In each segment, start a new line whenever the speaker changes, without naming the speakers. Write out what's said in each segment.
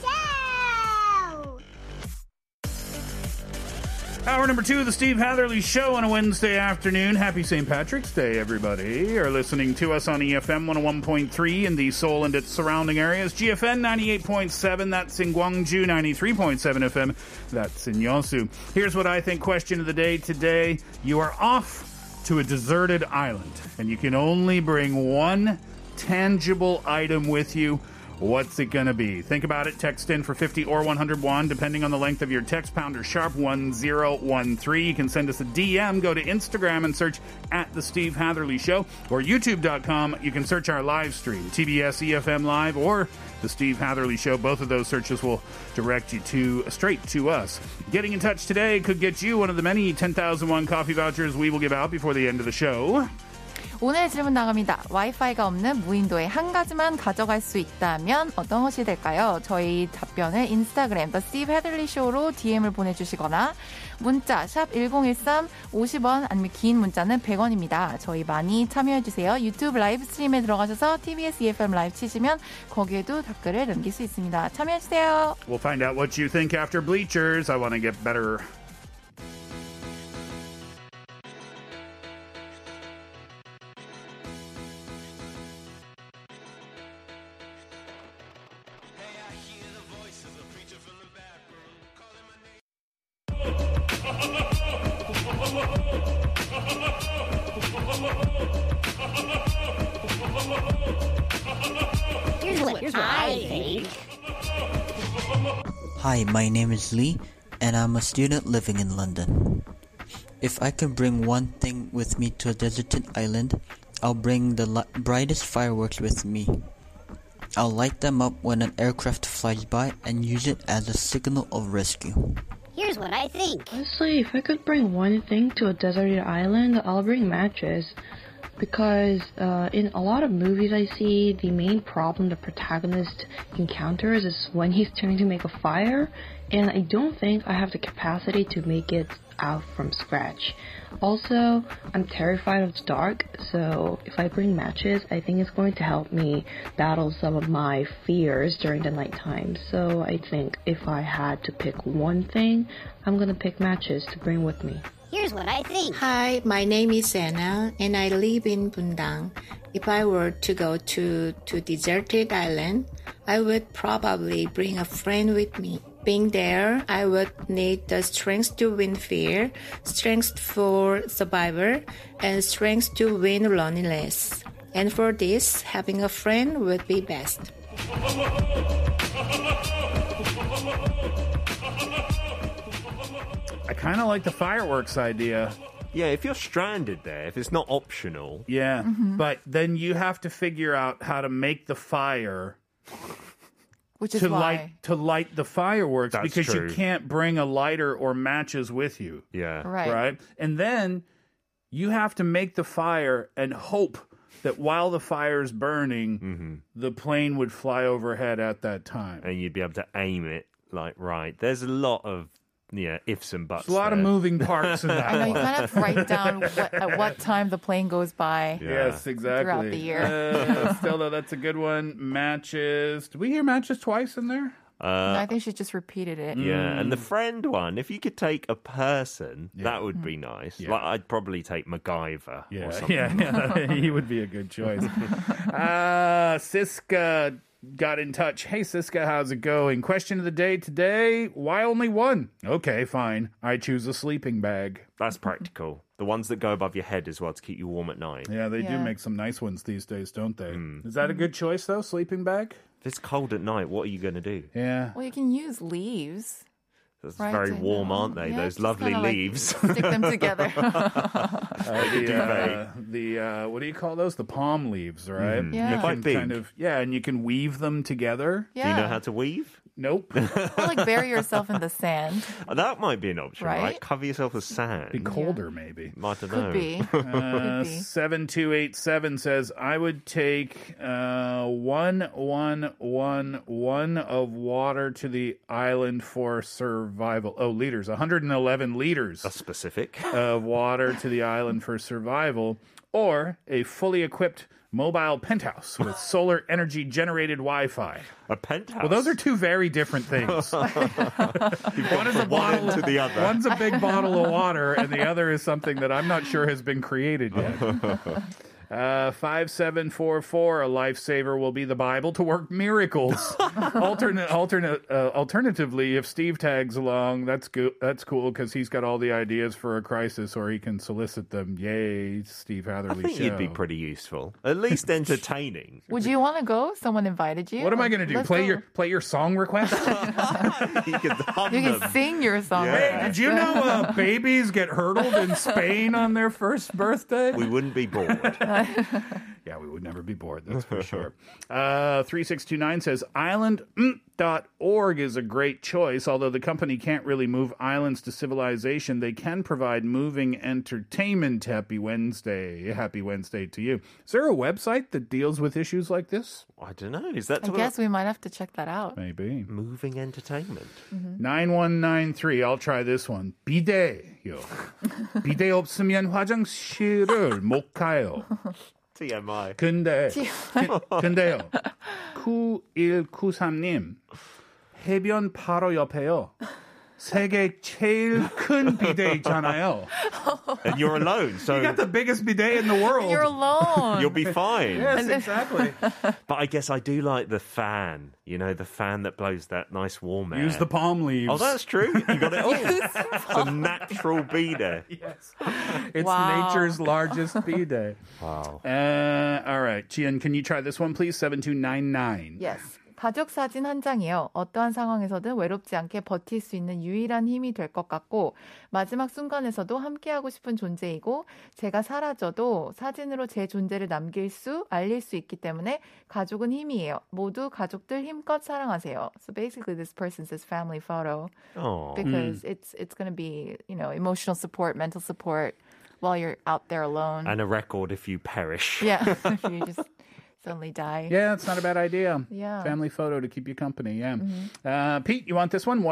Show.
Hour number two of the Steve Hatherley Show on a Wednesday afternoon. Happy St. Patrick's Day, everybody. You're listening to us on E EFM 101.3 in the Seoul and its surrounding areas. GFN 98.7, that's in Gwangju, 93.7 FM, that's in Yosu. Here's what I think question of the day today. You are off to a deserted island, and you can only bring one tangible item with you. What's it going to be? Think about it. Text in for 50 or 101, depending on the length of your text. Pounder sharp 1013. You can send us a DM. Go to Instagram and search at The Steve Hatherley Show or YouTube.com. You can search our live stream, TBS EFM E Live or The Steve Hatherley Show. Both of those searches will direct you to straight to us. Getting in touch today could get you one of the many 10,001 coffee vouchers we will give out before the end of the show.
오늘 질문 나갑니다. 와이파이가 없는 무인도에 한 가지만 가져갈 수 있다면 어떤 것이 될까요? 저희 답변을 인스타그램 The Steve Hadley Show로 DM을 보내주시거나 문자 샵 1013 50원 아니면 긴 문자는 100원입니다. 저희 많이 참여해주세요. 유튜브 라이브 스트림에 들어가셔서 TBS EFM E 라이브 치시면 거기에도 댓글을 남길 수 있습니다. 참여해주세요.
We'll find out what you think after Bleachers. I want to get better.
Hi, my name is Lee, and I'm a student living in London. If I could bring one thing with me to a deserted island, I'll bring the li- brightest fireworks with me. I'll light them up when an aircraft flies by and use it as a signal of rescue.
Here's what I think.
Honestly, if I could bring one thing to a deserted island, I'll bring matches. Because uh, in a lot of movies I see, the main problem the protagonist encounters is when he's trying to make a fire, and I don't think I have the capacity to make it out from scratch. Also, I'm terrified of the dark, so if I bring matches, I think it's going to help me battle some of my fears during the nighttime. So I think if I had to pick one thing, I'm gonna pick matches to bring with me.
Here's what I think.
Hi, my name is Anna, and I live in Bundang. If I were to go to to deserted island, I would probably bring a friend with me. Being there, I would need the strength to win fear, strength for survivor, and strength to win loneliness. And for this, having a friend would be best.
I kind of like the fireworks idea.
Yeah, if you're stranded there, if it's not optional,
Yeah.
Mm-hmm.
But then you have to figure out how to make the fire
Which is
to
why.
light to light the fireworks
That's
because
true.
you can't bring a lighter or matches with you,
yeah.
right.
right. And then you have to make the fire and hope that while the fire's burning,
Mm-hmm.
the plane would fly overhead at that time.
And you'd be able to aim it like right. There's a lot of yeah ifs and buts.
There's a lot of
there.
moving parts in that
I know you
one.
kind of write down what, at what time the plane goes by.
Yes, exactly.
Throughout the year.
Uh, still, though, that's a good one. Matches. Did we hear matches twice in there?
I think she just repeated it.
Yeah, and the
Mm.
friend one, if you could take a person, that would
Mm.
be nice.
Yeah.
Like I'd probably take MacGyver or something.
yeah, yeah. he would be a good choice. uh, Siska got in touch. Hey, Siska, how's it going? Question of the day today. Why only one? Okay, fine. I choose a sleeping bag.
That's practical. The ones that go above your head as well to keep you warm at night.
Yeah, they do make some nice ones these days, don't they? Is that a good choice, though? Sleeping bag?
If it's cold at night, what are you going to do?
Yeah.
Well, you can use leaves.
That's
Right,
very
I
warm,
know.
aren't they?
Yeah,
Those
just
lovely
kinda, like,
leaves.
stick them together.
the, uh,
duvet.
the uh, what do you call those? The palm leaves, right?
Mhm.
You
Yeah. They're
can
quite big.
kind of yeah, and you can weave them together.
Do you know Yeah. how
to weave? Uh,
Nope.
Or like bury yourself in the sand.
that might be an option,
Right?
right? Cover yourself with sand. Be
colder, maybe.
I don't
Could
know.
be.
Uh, seven two eight seven says I would take uh, one one one one of water to the island for survival. Oh, liters, one hundred and eleven liters. A
specific
of water to the island for survival, or a fully equipped mobile penthouse with solar energy generated Wi-Fi.
A penthouse.
Well, those are two very different things.
one is a bottle to the other.
One's a big bottle of water, and the other is something that I'm not sure has been created yet. Uh, 5744, a lifesaver will be the Bible to work miracles. alternate, alternate, uh, alternatively, if Steve tags along, that's good. That's cool because he's got all the ideas for a crisis, or he can solicit them. Yay, Steve Hatherley
I think
show.
you'd be pretty useful. At least entertaining.
Would you want to go? Someone invited you.
What am I
Like,
going to do?
let's
Play
go.
your play your song request?
you can hum
You
them.
can sing your song.
Hey, did you know uh, babies get hurdled in Spain on their first birthday?
We wouldn't be bored.
yeah, we would never be bored. That's for sure. Uh, 3629 says island.org is a great choice. Although the company can't really move islands to civilization, they can provide moving entertainment. Happy Wednesday. Happy Wednesday to you. Is there a website that deals with issues like this?
I don't know. Is that
I guess we might have to check that out.
Maybe.
Moving entertainment.
9193. I'll try this one. 비데요. 비데 없으면 화장실을 못 가요.
TMI.
근데 근- 근데요. 9193님. 해변 바로 옆에요. 세계 제일 큰 비데 있잖아요.
And you're alone, so
You got the biggest bidet in the world.
You're alone.
you'll be fine.
Yes, exactly.
But I guess I do like the fan. You know, the fan that blows that nice warm air.
Use the palm leaves.
Oh, that's true. You got it all. it's a natural beater.
Yes. It's
Wow.
nature's largest bidet.
Wow.
Uh, all right, Gian, can you try this one, please? 7299.
Yes. 가족 사진 한 장이요. 어떠한 상황에서든 외롭지 않게 버틸 수 있는 유일한 힘이 될 것 같고 마지막 순간에서도 함께하고 싶은 존재이고 제가 사라져도 사진으로 제 존재를 남길 수 알릴 수 있기 때문에 가족은 힘이에요. 모두 가족들 힘껏 사랑하세요. So basically, this person says family photo
Oh.
because it's it's going to be you know emotional support, mental support while you're out there alone.
And a record if you perish.
yeah, if you just suddenly die.
Yeah, it's not a bad idea.
Yeah. Mm-hmm.
Family photo to keep you company. Yeah. Uh, Pete, you want this one?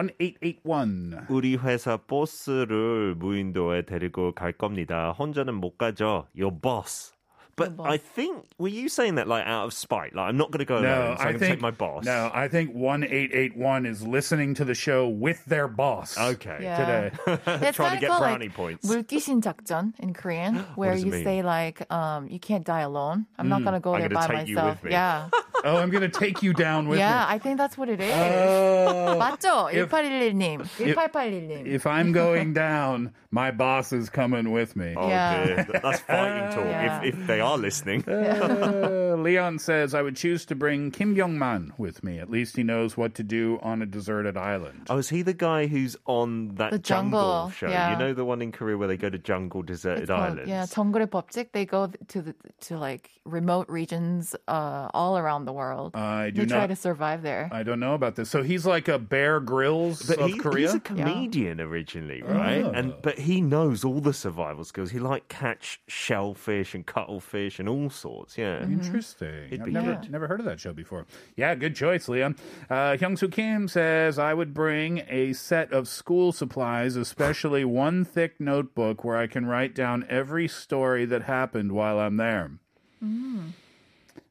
1881.
우리 회사 보스를 무인도에 데리고 갈 겁니다. 혼자는 못 가죠. Your boss. But I think were you saying that like out of spite? Oh, Like I'm not going to go alone, so I, can take my boss.
No, I think 1881 is listening to the show with their boss.
Okay.
Yeah.
Today.
That's
Trying to
kinda
get
called,
brownie points.
물귀신 작전 in Korean, where
does it
you
mean?
say like, um, you can't die alone. I'm not
Mm.
gonna go
I'm
there
gonna
by
take you
myself.
with me.
Yeah,
oh, I'm going to take you down with
yeah.
me.
I think that's what it is.
Oh.
맞죠?
If-
1811님, 1881님.
If I'm going down, my boss is coming with me.
Oh dear. That's fighting talk. If, if they are listening.
Uh, Leon says, I would choose to bring Kim Young Man with me. At least he knows what to do on a deserted island.
Oh, is he the guy who's on that
The jungle,
show?
yeah.
You know the one in Korea where they go to jungle deserted
Well,
islands?
yeah, 정글의 법칙. They go to the to like remote regions uh, all around the world.
I do
they try
not-
to survive there.
I don't know about this. So he's like a Bear Grylls
But
of
he-
Korea?
he's a comedian originally, right? And but he knows all the survival skills. He like catch shellfish and cuttlefish and all sorts. Yeah,
Interesting.
Mm-hmm. It'd
I've
be
never,
good.
never heard of that show before. Yeah, good choice, Leon. Uh, Hyung-Soo Kim says, I would bring a set of school supplies, especially one thick notebook where I
Mm.
can write down every story that happened while I'm there.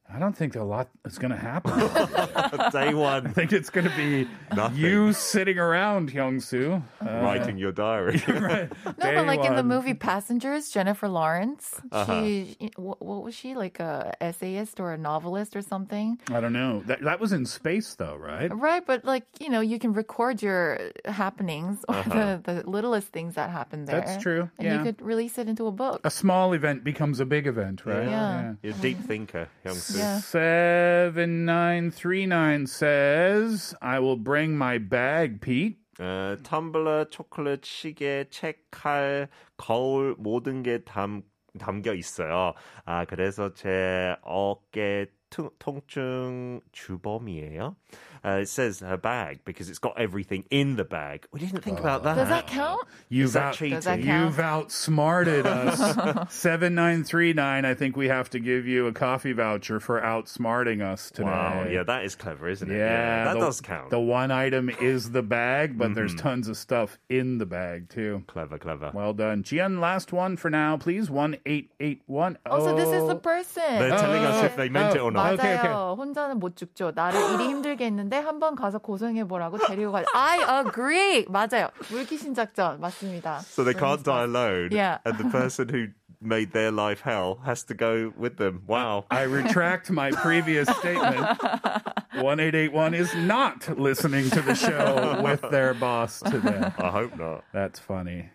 I don't think a lot is going to happen.
Day one. I
think it's going to be you sitting around, Hyung Soo. Uh,
Writing your diary.
right.
No, but like in the movie Passengers, Jennifer Lawrence,
Uh-huh.
she what, what was she like a essayist or a novelist or something?
I don't know. That, that was in space, though, right?
Right, but like you know, you can record your happenings or
Uh-huh.
the, the littlest things that happen there.
That's true,
and
yeah.
you could release it into a book.
A small event becomes a big event, right?
Yeah.
You're a deep thinker, youngster.
Yeah.
7939 says, I will bring my bag, Pete.
어, 텀블러, 초콜릿, 시계, 책, 칼, 거울 모든 게 담, 담겨 있어요. 아, 그래서 제 어깨 통, 통증 주범이에요. Uh, it says her bag because it's got everything in the bag. We didn't think about
Uh-huh.
that.
Does that count?
You've,
Is that
out,
cheating? Does that count?
you've outsmarted us. 7939, I think we have to give you a coffee voucher for outsmarting us today.
Wow, yeah, that is clever, isn't it?
Yeah,
that
the-
does count. Mm-hmm.
The one item is the bag, but there's tons of stuff in the bag too.
Clever, clever.
Well done, Gian. Last one for now, please. One eight eight one.
Also, Oh, this is the person.
Oh.
Oh.
They're telling us if they meant it or
맞아요.
not. Okay, okay.
혼자는 못 죽죠. 나를 일이 힘들게 했는데 한번 가서 고생해 보라고 데리고 가. I agree. 맞아요. 물귀신 작전 맞습니다.
So they can't die alone.
Yeah.
And the person who made their life hell has to go with them. Wow.
I retract my previous statement. 1881 is not listening to the show with their boss today.
I hope not.
That's funny.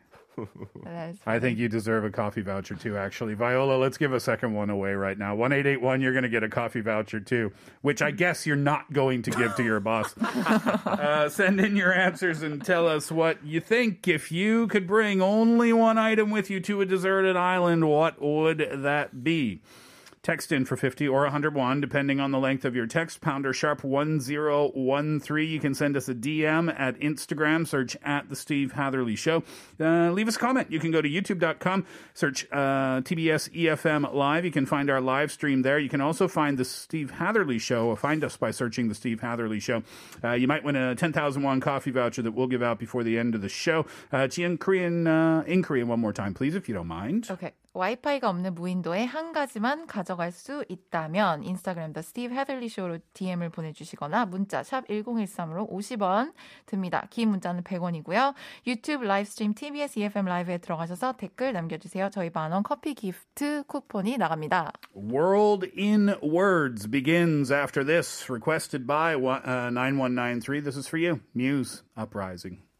That is
I think you deserve a coffee voucher too, actually. Viola, let's give a second one away right now. 1881, you're going to get a coffee voucher too, which I guess you're not going to give to your boss. uh, send in your answers and tell us what you think. If you could bring only one item with you to a deserted island, what would that be? Text in for 50 or 101, depending on the length of your text. Pounder sharp 1013. You can send us a DM at Instagram. Search at The Steve Hatherley Show. Uh, leave us a comment. You can go to youtube.com, search uh, TBS EFM Live. You can find our live stream there. You can also find The Steve Hatherley Show. Or find us by searching The Steve Hatherley Show. Uh, you might win a 10,000 won coffee voucher that we'll give out before the end of the show. Uh, it's in Korean, uh, in Korean one more time, please, if you don't mind.
Okay. 와이파이가 없는 무인도에 한 가지만 가져갈 수 있다면 인스타그램 더 스티브 헤들리 쇼로 DM을 보내주시거나 문자 샵 1013으로 50원 듭니다. 긴 문자는 100원이고요. 유튜브 라이브 스트림 TBS EFM 라이브에 들어가셔서 댓글 남겨주세요. 저희 만원 커피 기프트 쿠폰이 나갑니다.
World in Words begins after this, requested by wa- uh, 9193. This is for you. Muse Uprising.